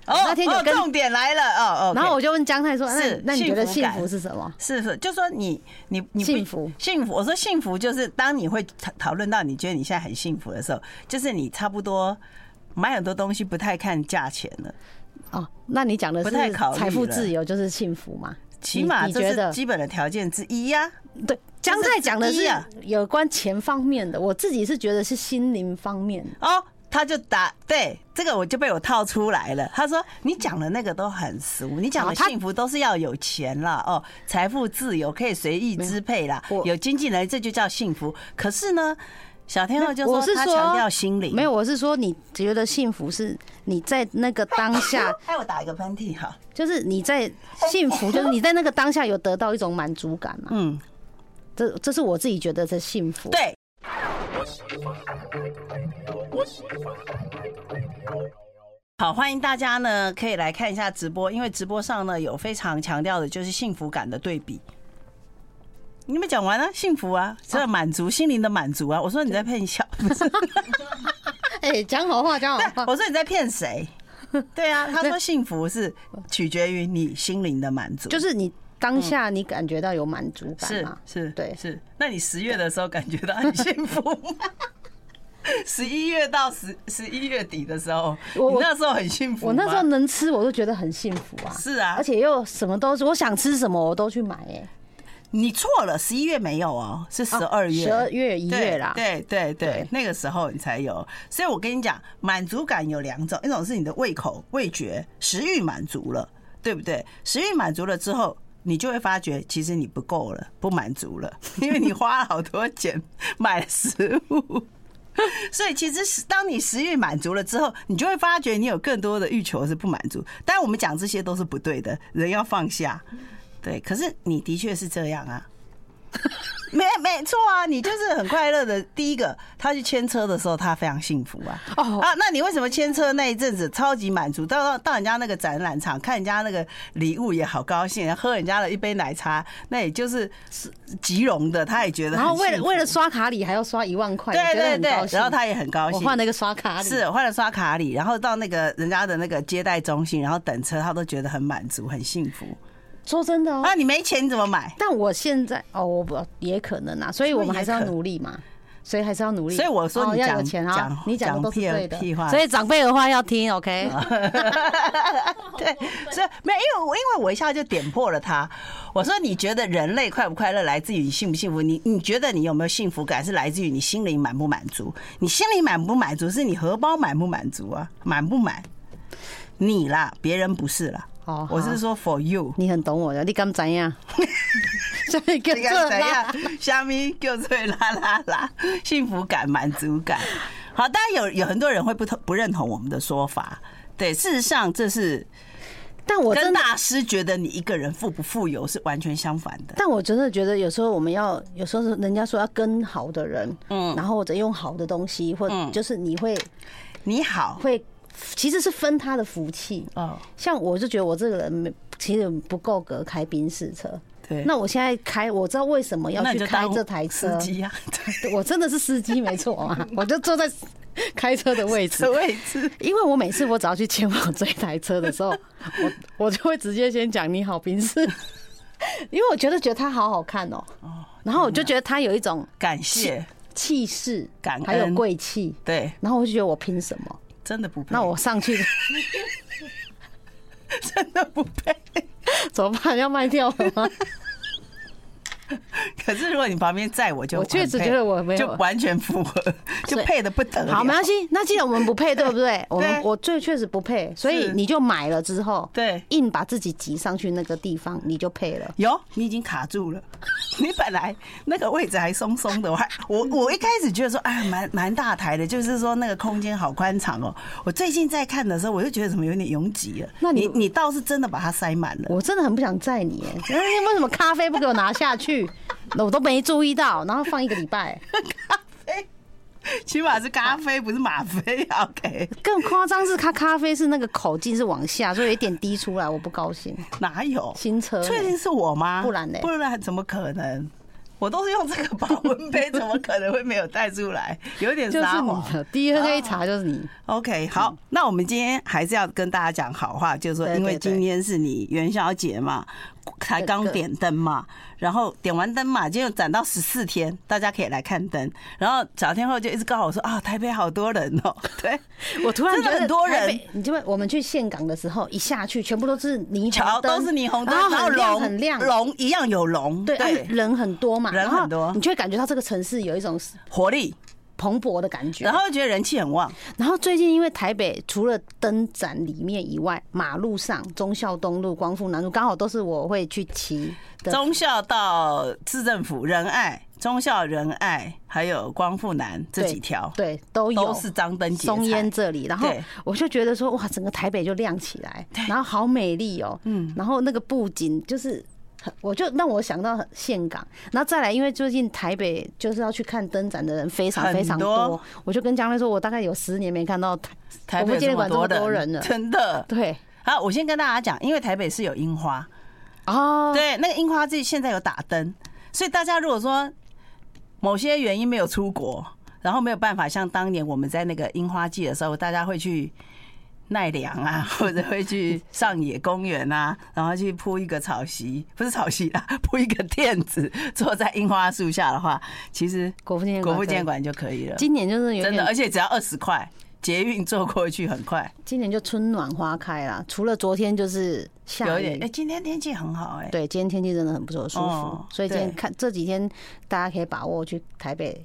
S1: 哦
S2: 那天有
S1: 哦，
S2: 跟
S1: 重点来了哦哦。
S2: 然后我就问江太说：“
S1: 是
S2: 那那你觉得
S1: 幸福
S2: 幸
S1: 感
S2: 福是什么
S1: 是不是？就说你你你不
S2: 幸福
S1: 幸福，我说幸福就是当你会讨讨论到你觉得你现在很幸福的时候，就是你差不多买很多东西不太看价钱了，？”
S2: 哦，那你讲的
S1: 不太
S2: 是
S1: 考虑
S2: 财富
S1: 了
S2: 自由就是幸福嘛？
S1: 起码
S2: 你
S1: 这
S2: 觉得
S1: 是基本的条件之一呀、
S2: 对，江太讲的
S1: 这是
S2: 是
S1: 之一啊
S2: 有关钱方面的，我自己是觉得是心灵方面的。
S1: 哦，他就答对这个，我就被我套出来了。他说你讲的那个都很俗，你讲
S2: 好
S1: 的
S2: 哦他
S1: 幸福都是要有钱啦，哦，财富自由可以随意支配啦
S2: 没有，我
S1: 有经济能力这就叫幸福。可是呢，小天后就说
S2: 我是
S1: 他
S2: 说
S1: 强调心灵，
S2: 没有，我是说你觉得幸福是你在那个当 下，
S1: 哎，我打一个喷嚏哈。
S2: 就是你在幸 福，就是你在那个当下有得到一种满足感嘛。
S1: 嗯，
S2: 这这是我自己觉得的幸福。
S1: 对，好，欢迎大家呢可以来看一下直播，因为直播上呢有非常强调的就是幸福感的对比。你们讲完了、幸福啊，这满足、心灵的满足啊。我说你在骗笑，不是
S2: 哎，讲好话，讲好话。
S1: 我说你在骗谁？对啊，他说幸福是取决于你心灵的满足，
S2: 就是你当下你感觉到有满足感啊
S1: 嗯是
S2: 嘛？
S1: 是，
S2: 对
S1: 是。那你十月的时候感觉到很幸福吗？ 十一月到十十一月底的时候，
S2: 我
S1: 你那时候很幸福
S2: 我那时候
S1: 吗
S2: 能吃，我都觉得很幸福啊。
S1: 是啊，
S2: 而且又什么都是，我想吃什么我都去买哎、
S1: 你错了，十一月没有哦，是十二月，
S2: 十二月一月啦。
S1: 对对对
S2: 对
S1: 对，那个时候你才有。所以我跟你讲，满足感有两种，一种是你的胃口、味觉、食欲满足了，对不对？食欲满足了之后。你就会发觉，其实你不够了，不满足了，因为你花了好多钱买了食物， 所以其实是当你食欲满足了之后，你就会发觉你有更多的欲求是不满足。但我们讲这些都是不对的，人要放下。对，可是你的确是这样啊。没没错啊，你就是很快乐的。第一个，他去牵车的时候，他非常幸福啊。
S2: 哦
S1: 啊，那你为什么牵车那一阵子超级满足？到到到人家那个展览场看人家那个礼物也好高兴，喝人家的一杯奶茶，那也就是是吉隆的，他也觉得
S2: 然
S1: 很
S2: 后
S1: 幸福。
S2: 哦为了为了刷卡礼还要刷一万块，
S1: 对
S2: 觉得
S1: 对
S2: 很高
S1: 对，
S2: 兴
S1: 然后他也很高
S2: 我
S1: 兴。
S2: 换了一个刷卡礼，
S1: 是换了刷卡礼，然后到那个人家的那个接待中心，然后等车，他都觉得很满足、很幸福。
S2: 说真的哦。
S1: 啊，你没钱你怎么买？
S2: 但我现在哦，我不也可能啊，所以我们还是要
S1: 所以也可
S2: 努力嘛，所以还是要努力。
S1: 所以我说
S2: 哦
S1: 你
S2: 要
S1: 讲
S2: 有钱
S1: 讲
S2: 啊，你讲的都是
S1: 讲屁
S2: 对的
S1: 屁话，啊
S2: 所以长辈的话要听，OK？
S1: 对，所以没有，因为我因为我一下就点破了他。我说你觉得人类快不快乐来自于你幸不幸福？你你觉得你有没有幸福感是来自于你心灵满不满足？你心灵满不满足是你荷包满不满足啊？满不满？你啦，别人不是啦。
S2: 哦
S1: 我
S2: 好
S1: 是说 for you。
S2: 你很懂我的，你敢怎 样？所以跟
S1: 你啊
S2: 这
S1: 看怎
S2: 啦，
S1: 样？虾米就最啦啦啦，幸福感、满足感。好，当然有有很多人会不同不认同我们的说法。对，事实上这是
S2: 但我
S1: 跟
S2: 真的，
S1: 大师觉得你一个人富不富有是完全相反的。
S2: 但我真的觉得有时候我们要，有时候是人家说要跟好的人，
S1: 嗯
S2: 然后或者用好的东西，或
S1: 嗯
S2: 就是你会
S1: 你好，
S2: 会，其实是分他的福气。
S1: 哦，
S2: 像我就觉得我这个人没，其实不够格开宾士车。
S1: 对，
S2: 那我现在开，我知道为什么要
S1: 那你就
S2: 去开
S1: 当
S2: 这台
S1: 司，
S2: 车
S1: 机啊，对，
S2: 我真的是司机没错 啊，我就坐在开车的位置
S1: 这。位置。
S2: 因为我每次我只要去前往这一台车的 时候，我我就会直接先讲你好，宾士，因为我觉得觉得它好好看哦、然后我就觉得它有一种
S1: 感谢，
S2: 气势
S1: 感，恩
S2: 还有贵气，
S1: 对，
S2: 然后我就觉得我拼什么？
S1: 真的不配，
S2: 那我上去
S1: 真的不配。
S2: 怎么办？要卖掉了 吗？
S1: 可是如果你旁边载我就
S2: 我
S1: 很配，
S2: 确实觉得我没有
S1: 就完全符合，就配的不得了。
S2: 好，没关系。那既然我们不配，对不对？我 们
S1: 对
S2: 我最确实不配，所以
S1: 是
S2: 你就买了之后，
S1: 对
S2: 硬把自己挤上去那个地方，你就配了。
S1: 有，你已经卡住了。 你本来那个位置还松松的，我还我我一开始觉得说，哎，蛮蛮大台的，就是说那个空间好宽敞哦。我最近在看的时候，我就觉得怎么有点拥挤了。
S2: 那你
S1: 你你倒是真的把它塞满了。
S2: 我真的很不想载你耶， 为什么咖啡不给我拿下去？ 我都没注意到，然后放一个礼拜，
S1: 起码是咖啡，不是吗啡。OK，
S2: 更夸张是它咖啡是那个口径是往下，所以有一点滴出来，我不高兴。
S1: 哪有？
S2: 新车呢
S1: 确定是我吗？
S2: 不然嘞
S1: 不然怎么可能？我都是用这个保温 杯，怎么可能会没有带出来？有点
S2: 就是
S1: 撒
S2: 你
S1: 谎。啊
S2: 的 DNA 查就是你，嗯
S1: OK，好，那我们今天还是要跟大家讲好话，就是说，
S2: 对
S1: 因为
S2: 对对
S1: 今天是你元宵节嘛，才刚点灯嘛，然后点完灯嘛，今天又展到十四天，大家可以来看灯。然后小天后就一直告诉我说啊，台北好多人哦， 对，
S2: 我突然
S1: 真
S2: 觉
S1: 的
S2: 得
S1: 很多人
S2: 台北，你就会我们去岘港的时候，一下去全部都是霓
S1: 桥
S2: 虹灯，
S1: 哦都是霓虹灯，
S2: 然
S1: 然后
S2: 后很亮
S1: 龙
S2: 很亮，
S1: 龙一样有龙，
S2: 对，啊人很多嘛，
S1: 人
S2: 然后
S1: 很多
S2: 你就会感觉到这个城市有一种
S1: 活力，
S2: 蓬勃的感觉。
S1: 然后觉得人气很旺，
S2: 然后最近因为台北除了灯展里面以外，马路上忠孝东路、光复南路刚好都是我会去骑的。
S1: 忠孝到市政府仁爱，忠孝仁爱还有光复南这几条
S2: 对都有
S1: 都是张灯结
S2: 松
S1: 彩
S2: 烟。这里，然后
S1: 对
S2: 我就觉得说哇，整个台北就亮起来，然后好美丽哦，嗯，然后那个布景就是很。我就让我想到很岘港，然后再来，因为最近台北就是要去看灯展的人非常非常
S1: 很
S2: 多
S1: 多，
S2: 我就跟江瑞说，我大概有十年没看到台
S1: 台
S2: 我
S1: 北
S2: 们
S1: 有这
S2: 今天
S1: 么
S2: 管这
S1: 多
S2: 么多人了，
S1: 真的。
S2: 对，
S1: 好，我先跟大家讲，因为台北是有樱花，
S2: 哦，
S1: 对，那个樱花季现在有打灯，所以大家如果说某些原因没有出国，然后没有办法像当年我们在那个樱花季的时候，大家会去。奈良啊， 或者会去上野公园啊，然后去铺一个草席，不是草席啦，铺一个垫子，坐在樱花树下的话，其实
S2: 国父纪念
S1: 国
S2: 馆
S1: 父
S2: 可以
S1: 纪念馆就可以了，
S2: 今年就是有
S1: 真的，
S2: 点
S1: 而且只要二十块，捷运坐过去很快。
S2: 今年就春暖花开啦，除了昨天就是
S1: 有
S2: 下
S1: 一点，哎、
S2: 雨。
S1: 今天天气很好、哎，
S2: 对，今天天气真的很不错，舒服
S1: 哦。
S2: 所以今天
S1: 对
S2: 看这几天，大家可以把握去台北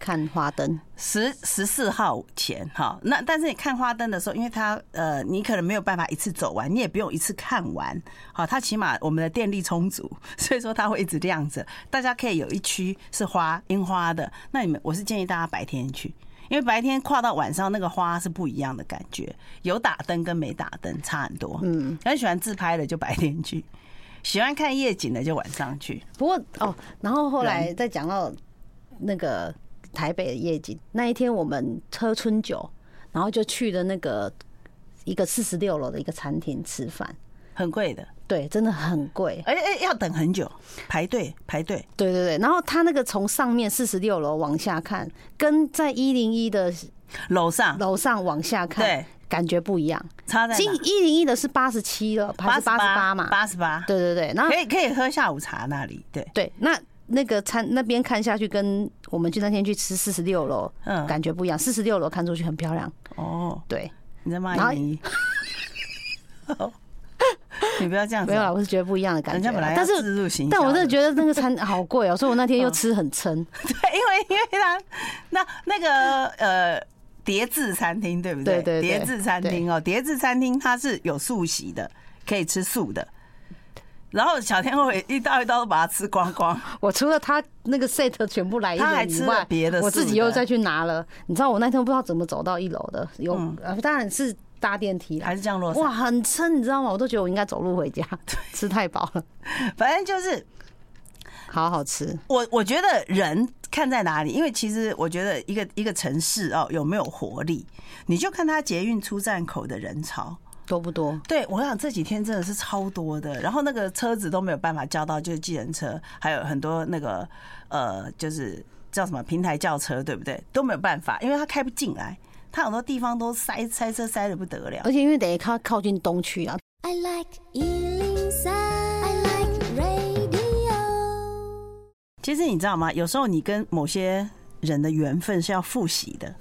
S2: 看花灯。
S1: 十十四号前哈，那但是你看花灯的时候，因为它呃，你可能没有办法一次走完，你也不用一次看完，好，它起码我们的电力充足， 所以说它会一直亮着。大家可以有一区是花樱花的，那你们我是建议大家白天去，因为白天跨到晚上那个花是不一样的感觉，有打灯跟没打灯差很多。嗯，很喜欢自拍的就白天去。喜欢看夜景的就晚上去。
S2: 不过哦，然后后来再讲到那个台北的夜景，那一天我们喝春酒，然后就去了那个一个四十六楼的一个餐厅吃饭，
S1: 很贵的，
S2: 对，真的很贵。
S1: 而且哎要等很久，排队排队。
S2: 对对对，然后它那个从上面四十六楼往下看，跟在一零一的
S1: 楼上
S2: 楼上往下看
S1: 对，
S2: 感觉不一样。
S1: 差在
S2: 今一零一的是八十七了，还是八十八嘛？
S1: 八十八，
S2: 对啊对对，然后
S1: 可以可以喝下午茶那里，对，
S2: 对，那那个餐那边看下去，跟我们去那天去吃四十六楼，
S1: 嗯
S2: 感觉不一样。四十六楼看出去很漂亮，
S1: 哦，
S2: 对，
S1: 你在骂
S2: 然后
S1: 你， 你不要这样子
S2: 没有啦，
S1: 啊，
S2: 我是觉得不一样的感
S1: 人
S2: 觉
S1: 家
S2: 啦。
S1: 本来要
S2: 但
S1: 自
S2: 是，
S1: 入行，
S2: 但我真
S1: 是
S2: 的觉得那个餐好贵哦、 所以我那天又吃很撑。
S1: 对，因为因为他那那个呃。叠字餐厅对不
S2: 对对对
S1: 叠字餐厅哦，叠字餐厅它是有素席的，可以吃素的。然后小天后也一刀一刀都把它吃光 光，
S2: 我除了他那个 set 全部来一
S1: 他还
S2: 点以
S1: 吃
S2: 外
S1: 了，别的
S2: 我自己
S1: 素
S2: 又
S1: 的
S2: 再去拿了。你知道我那天不知道怎么走到一楼的，有
S1: 嗯
S2: 呃当然是搭电梯啦
S1: 还。是降落伞。
S2: 哇，很撑，你知道吗？我都觉得我应该走路回家，吃太饱了，
S1: 反正就是
S2: 好好吃。
S1: 我我觉得人看在哪里，因为其实我觉得一个一个城市哦有没有活力，你就看它捷运出站口的人潮。
S2: 多不多？
S1: 对我想这几天真的是超多的，然后那个车子都没有办法叫到，就是计程车，还有很多那个呃，就是叫什么平台轿车，对不对？都没有办法，因为它开不进来，它很多地方都塞塞车塞的不得了。
S2: 而且因为得靠靠近东区啊，
S4: I like Ealing Sound. I like radio.
S1: 其实你知道吗？有时候你跟某些人的缘分是要复习的，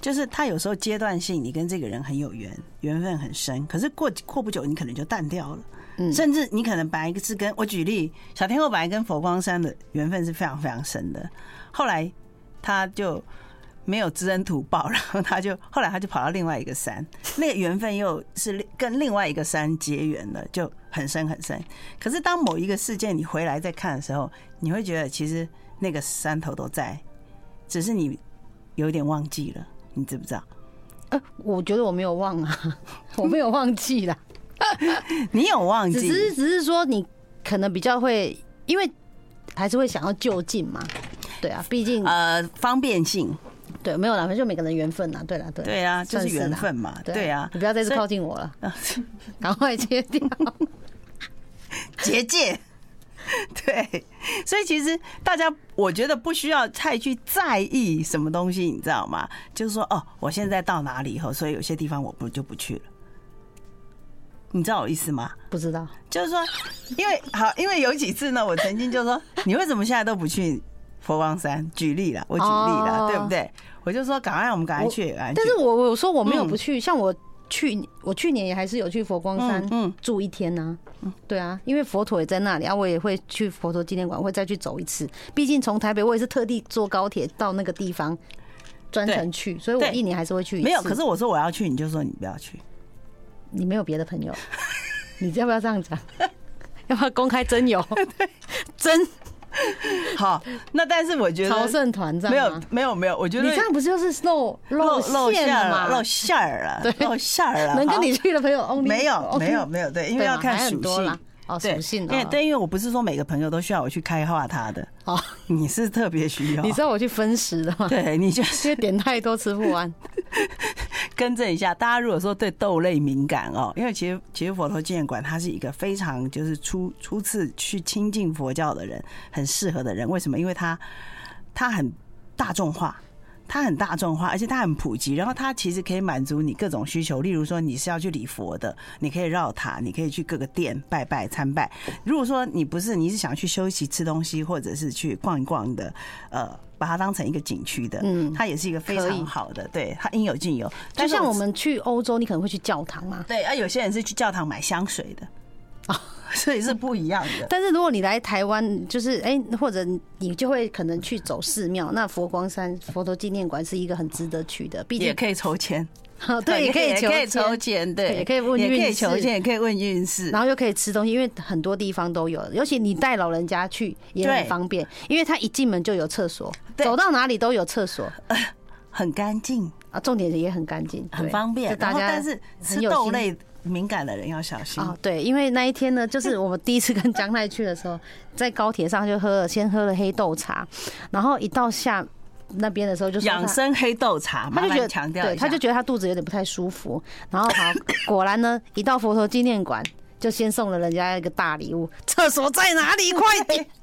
S1: 就是他有时候阶段性，你跟这个人很有缘，缘分很深，可是过过不久，你可能就淡掉了。
S2: 嗯
S1: 甚至你可能本来是跟我举例，小天后本来跟佛光山的缘分是非常非常深的，后来他就没有知恩图报，然后他就后来他就跑到另外一个山，那个缘分又是另跟另外一个山结缘了，就很深很深。可是当某一个事件你回来再看的时候，你会觉得其实那个山头都在，只是你有点忘记了，你知不知道？
S2: 呃，我觉得我没有忘 啊，我没有忘记啦，
S1: 你有忘
S2: 只是
S1: 记？
S2: 只是说你可能比较会，因为还是会想要就近嘛，对啊，毕竟
S1: 呃，方便性，
S2: 对没有啦，反正就每个人缘分呐，对啦，对啦，
S1: 对啊，就
S2: 算
S1: 是
S2: 是
S1: 缘
S2: 啦
S1: 分嘛，对啊，
S2: 你不要再次
S1: 所以
S2: 靠近我 了，赶快切掉。
S1: 结界。 对，所以其实大家我觉得不需要太去在意什么东西，你知道吗？就是说，哦，我现在到哪里以后，所以有些地方我不就不去了，你知道我意思吗？
S2: 不知道，
S1: 就是说，因为好，因为有几次呢，我曾经就说，你为什么现在都不去佛光山？举例啦，我举例啦
S2: 哦，
S1: 对不对？我就说，赶快我们赶快去，赶快去
S2: 但是我我有说我没有
S1: 嗯
S2: 不去，像我去我去年也还是有去佛光山
S1: 嗯嗯
S2: 住一天呐、对啊，因为佛陀也在那里啊，我也会去佛陀纪念馆，会再去走一次。毕竟从台北我也是特地坐高铁到那个地方专程去，所以我
S1: 对
S2: 一年还是会去一次。
S1: 没有，可是我说我要去，你就说你不要去。
S2: 你没有别的朋 友，你要不要这样讲？ 要不要公开真友？真
S1: 好，那但是我觉
S2: 朝
S1: 得
S2: 圣团这
S1: 没
S2: 样
S1: 有
S2: 吗？
S1: 没有没有，我觉
S2: 你
S1: 得
S2: 这样不是就是露
S1: 露露
S2: 馅
S1: 馅儿
S2: 了
S1: 了，
S2: 吗？
S1: 露馅儿了，
S2: 对
S1: 露馅儿了。
S2: 能跟
S1: 好
S2: 你哦去的朋友 only
S1: 没有
S2: only-
S1: 没有没有对，因为
S2: 对嘛啊
S1: 要看
S2: 还很
S1: 属
S2: 多啦
S1: 性。
S2: 哦，
S1: 对
S2: 属性
S1: 因为
S2: 哦
S1: 对，因为我不是说每个朋友都需要我去开化他的，
S2: 哦，
S1: 你是特别需要
S2: 你。知道我去分食 的吗？
S1: 对你就是
S2: 因为点太多吃不完。
S1: 更正一下，大家如果说对豆类敏感哦，因为其实其实佛陀纪念馆它是一个非常就是初初次去亲近佛教的人很适合的人，为什么？因为它它很大众化。它很大众化，而且它很普及，然后它其实可以满足你各种需求。例如说，你是要去礼佛的，你可以绕塔，你可以去各个店拜拜参拜。如果说你不是，你是想去休息、吃东西，或者是去逛一逛的，呃，把它当成一个景区的，
S2: 嗯
S1: 它也是一个非
S2: 可以
S1: 常好的，对，它应有尽有。
S2: 就
S1: 但是
S2: 像我们去欧洲，你可能会去教堂嘛，
S1: 对啊，有些人是去教堂买香水的，
S2: 啊
S1: 所以是不一样的。
S2: 但是如果你来台湾，就是哎、或者你就会可能去走寺庙。那佛光山佛陀纪念馆是一个很值得去的，毕
S1: 也
S2: 竟
S1: 可以抽签，
S2: 对，也可 以
S1: 也
S2: 求
S1: 可以抽
S2: 签，
S1: 签，对，
S2: 也可以问
S1: 也可
S2: 运
S1: 以求
S2: 势
S1: 签，也可以问运势
S2: 然。后又可以吃东西，因为很多地方都有，尤其你带老人家去也很
S1: 对
S2: 方便，因为他一进门就有厕所，
S1: 对
S2: 走到哪里都有厕所
S1: 很干净，
S2: 啊，重点也很干净，
S1: 很
S2: 对
S1: 方
S2: 就
S1: 便。然
S2: 大
S1: 后，
S2: 家
S1: 但是吃
S2: 很有
S1: 豆
S2: 心
S1: 类敏感的人要小心。
S2: 啊，对，因为那一天呢，就是我们第一次跟江奈去的时候，在高铁上就喝了，先喝了黑豆茶，然后一到下那边的时候就说他
S1: 养生黑豆茶，
S2: 他
S1: 麻
S2: 就觉
S1: 烦
S2: 得
S1: 强调
S2: 对，
S1: 一下，
S2: 他就觉得他肚子有点不太舒服，然后好，果然呢，一到佛陀纪念馆，就先送了人家一个大礼物，厕所在哪里？快点！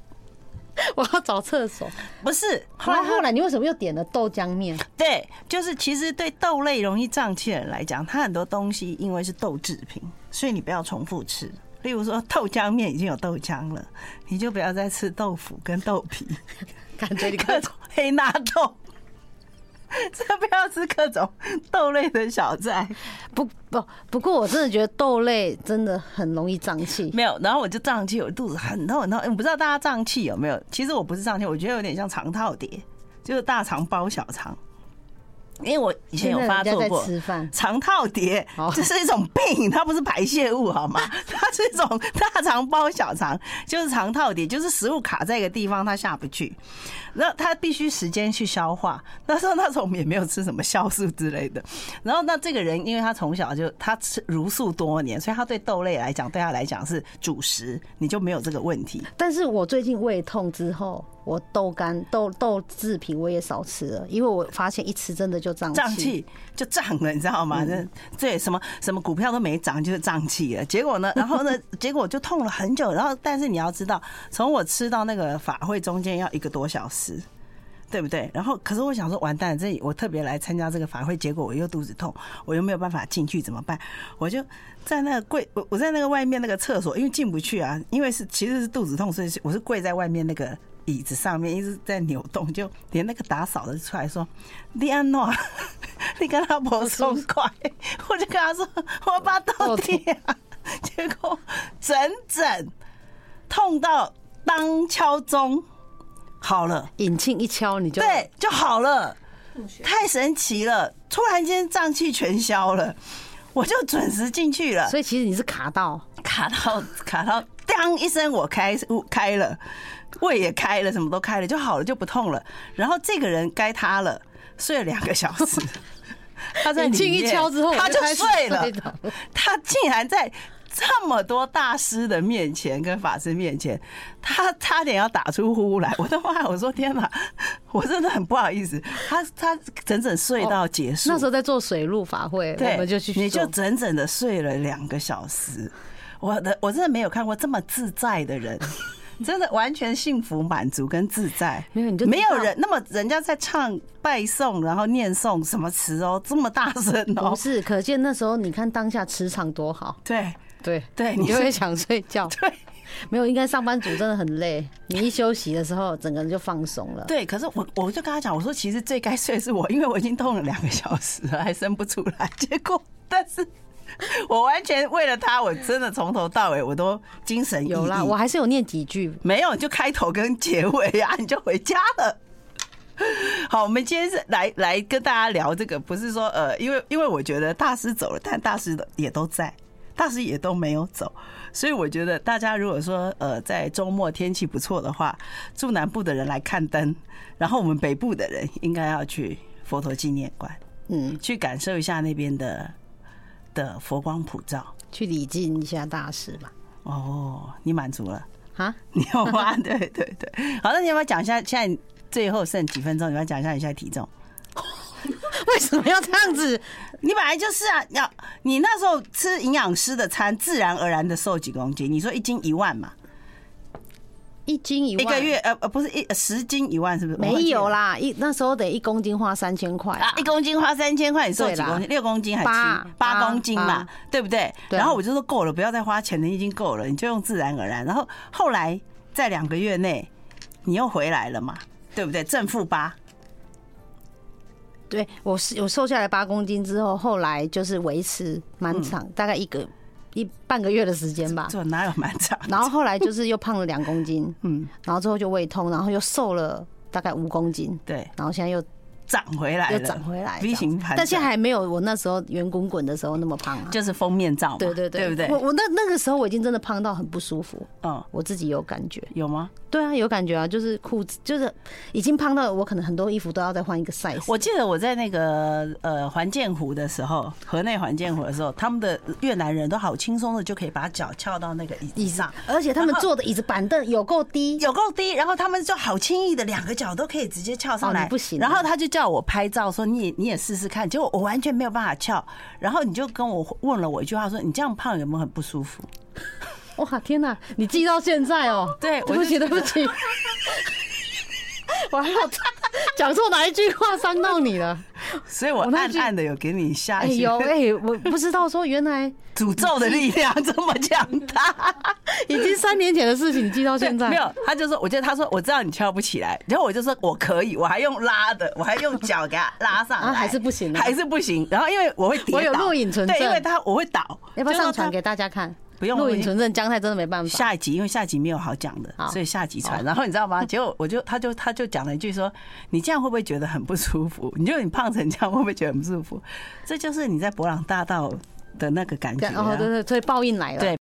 S2: 我要找厕所。
S1: 不是。后来
S2: 后来
S1: 他
S2: 后来，你为什么又点了豆浆面？
S1: 对，就是其实对豆类容易胀气的人来讲，它很多东西因为是豆制品，所以你不要重复吃。例如说豆浆面已经有豆浆了，你就不要再吃豆腐跟豆 皮，
S2: 感觉你
S1: 各
S2: 看
S1: 种黑纳豆，这不要吃各种豆类的小菜。
S2: 不不不过我真的觉得豆类真的很容易胀气。
S1: 没有，然后我就胀气，我肚子很痛很痛。我不知道大家胀气有没有？其实我不是胀气，我觉得有点像肠套叠，就是大肠包小肠。因为我以前
S2: 现
S1: 有
S2: 在
S1: 发
S2: 人家
S1: 作
S2: 在
S1: 过，
S2: 吃饭，
S1: 肠套叠
S2: 哦，
S1: 这是一种病，它不是排泄物好吗？ 它是一种大肠包小肠，就是肠套叠，就是食物卡在一个地方，它下不去，那它必须时间去消化。那时候那时候我们也没有吃什么酵素之类的。然后那这个人，因为他从小就他吃茹素多年，所以他对豆类来讲，对他来讲是主食，你就没有这个问题。
S2: 但是我最近胃痛之后，我豆干、豆豆制品我也少吃了，因为我发现一吃真的就胀
S1: 胀气就胀了，你知道吗？这对什么什么股票都没涨，就是胀气了。结果呢，然后呢，结果就痛了很久。然后，但是你要知道，从我吃到那个法会中间要一个多小时。对不对？然后，可是我想说，完蛋，这我特别来参加这个法会，结果我又肚子痛，我又没有办法进去，怎么办？我就在那个柜，我我在那个外面那个厕所，因为进不去啊，因为是其实是肚子痛，所以是我是跪在外面那个椅子上面，一直在扭动，就连那个打扫的出来说：“李安诺， 你跟他不松快。”我就跟他说：“我把到底啊。” 结果整整痛到当敲钟好了。
S2: 引磬一敲你就
S1: 对，就好了，
S3: 吐血，
S1: 太神奇了！突然间胀气全消了，我就准时进去了，
S2: 所以其实你是卡到，
S1: 卡到卡到，当一声我开开了，胃也开了，什么都开了，就好了，就不痛了。然后这个人该他了，睡了两个小 时，他在
S2: 引
S1: 里
S2: 磬一
S1: 面
S2: 敲之后
S1: 他
S2: 我
S1: 就
S2: 开始
S1: 睡了。
S2: 了。
S1: 他竟然在这么多大师的面前跟法师面前，他差点要打出呼来。我的妈！我说天哪， 我真的很不好意思。他他整整睡到结束，
S2: 哦那时候在做水陆法会，我
S1: 对，
S2: 们就去
S1: 你就
S2: 做
S1: 整整的睡了两个小时。我的我真的没有看过这么自在的 人。真的完全幸福、满足跟自在，
S2: 没有你就知
S1: 没有
S2: 道
S1: 人那么人家在唱拜颂，然后念诵什么词哦，这么大声
S2: 不
S1: 哦，
S2: 是，可见那时候你看当下磁场多好，
S1: 对
S2: 对
S1: 对
S2: 你
S1: 你
S2: 就是会想睡觉。
S1: 对，
S2: 没有，应该上班族真的很累，你一休息的时候，整个人就放松了。
S1: 对，可是我我就跟他讲，我说其实最该睡的是我，因为我已经痛了两个小时了，还生不出来。结果，但是我完全为了他，我真的从头到尾我都精神
S2: 有啦，
S1: 奕奕
S2: 我还是有念几句，
S1: 没有，你就开头跟结尾啊，你就回家了。 好，我们今天是来来跟大家聊这个，不是说呃，因为因为我觉得大师走了，但大师的也都在，大师也都没有走，所以我觉得大家如果说呃，在周末天气不错的话，住南部的人来看灯，然后我们北部的人应该要去佛陀纪念馆
S2: 嗯，
S1: 去感受一下那边的的佛光普照。
S2: 去礼敬一下大师吧。
S1: 哦，你满足了。
S2: 啊，
S1: 你有吗？对对对，好，那你要不要讲一下？现在最后剩几分钟，你要讲一下你现在体重？
S2: 为什么要这样子？
S1: 你本来就是啊，要你那时候吃营养师的餐，自然而然的瘦几公斤。你说一斤一万嘛，
S2: 一斤一万
S1: 一个月呃呃不是一呃十斤一万是不是？我忘
S2: 没
S1: 记了
S2: 有啦，一那时候得一公斤花三千块
S1: 啊，一公斤花三千块，你瘦
S2: 对
S1: 几
S2: 啦
S1: 公斤？六公斤还
S2: 八
S1: 七八
S2: 八
S1: 公斤嘛
S2: 八，
S1: 对不对？
S2: 对啊
S1: 然后我就说够了，不要再花钱了，你已经够了，你就用自然而然。然后后来在两个月内，你又回来了嘛，对不对？正负八。
S2: 对我是我瘦下来八公斤之后，后来就是维持蛮长，大概一个一半个月的时间吧。
S1: 嗯这哪有蛮长？
S2: 然后后来就是又胖了两公斤，
S1: 嗯，
S2: 然后之后就胃痛，然后又瘦了大概五公斤，
S1: 对，
S2: 然后现在又
S1: 涨回来
S2: 又
S1: 了，
S2: 长回来
S1: V 型盘，
S2: 但现在还没有我那时候圆滚滚的时候那么胖啊。
S1: 就是封面照嘛，
S2: 对对
S1: 对，不对？
S2: 我我那那个时候我已经真的胖到很不舒服，
S1: 嗯，
S2: 我自己有感觉。
S1: 有吗？
S2: 对啊，有感觉啊，就是裤子就是已经胖到我可能很多衣服都要再换一个 size。
S1: 我记得我在那个呃环建湖的时候，河内环建湖的时候，他们的越南人都好轻松的就可以把脚翘到那个椅子上，
S2: 而且他们
S1: 然后
S2: 坐的椅子板凳有够低，
S1: 有够 低，然后他们就好轻易的两个脚都可以直接翘上
S2: 哦
S1: 来，
S2: 你不行啊
S1: 然后他就叫我拍照，说你也你也试试看，结果我完全没有办法翘。然后你就跟我问了我一句话，说你这样胖有没有很不舒服？
S2: 哇天哪！你记到现在哦、
S1: 对
S2: 对不起
S1: 我就
S2: 对不 起，我还要讲错哪一句话伤到你了？
S1: 所以我
S2: 我那
S1: 暗
S2: 句
S1: 暗的有给你下
S2: 哎
S1: 一些
S2: 呦哎，我不知道说原来
S1: 诅咒的力量这么强大。
S2: 已经三年前的事情，你记到现在
S1: 没有，他就说，我觉得他说我知道你翘不起来，然后我就说我可以，我还用拉的，我还用脚给他拉上来，
S2: 啊还是不行啊
S1: 还是不行。然后因为我会跌倒，
S2: 我有录影存证
S1: 对，因为他我会倒，
S2: 要不
S1: 就
S2: 要上
S1: 说
S2: 传
S1: 他
S2: 给大家看？
S1: 不用
S2: 录
S1: 我已
S2: 影
S1: 经
S2: 存证，姜太真的没办法。
S1: 下一集，因为下一集没有好讲的
S2: 好，
S1: 所以下集传。然后你知道吗？结果我就他就他就讲了一句说：“你这样会不会觉得很不舒服？你觉得你胖成这样会不会觉得很不舒服？”这就是你在博朗大道的那个感觉、
S2: 然后
S1: 啊。
S2: 哦对对，所以报应来了。
S1: 对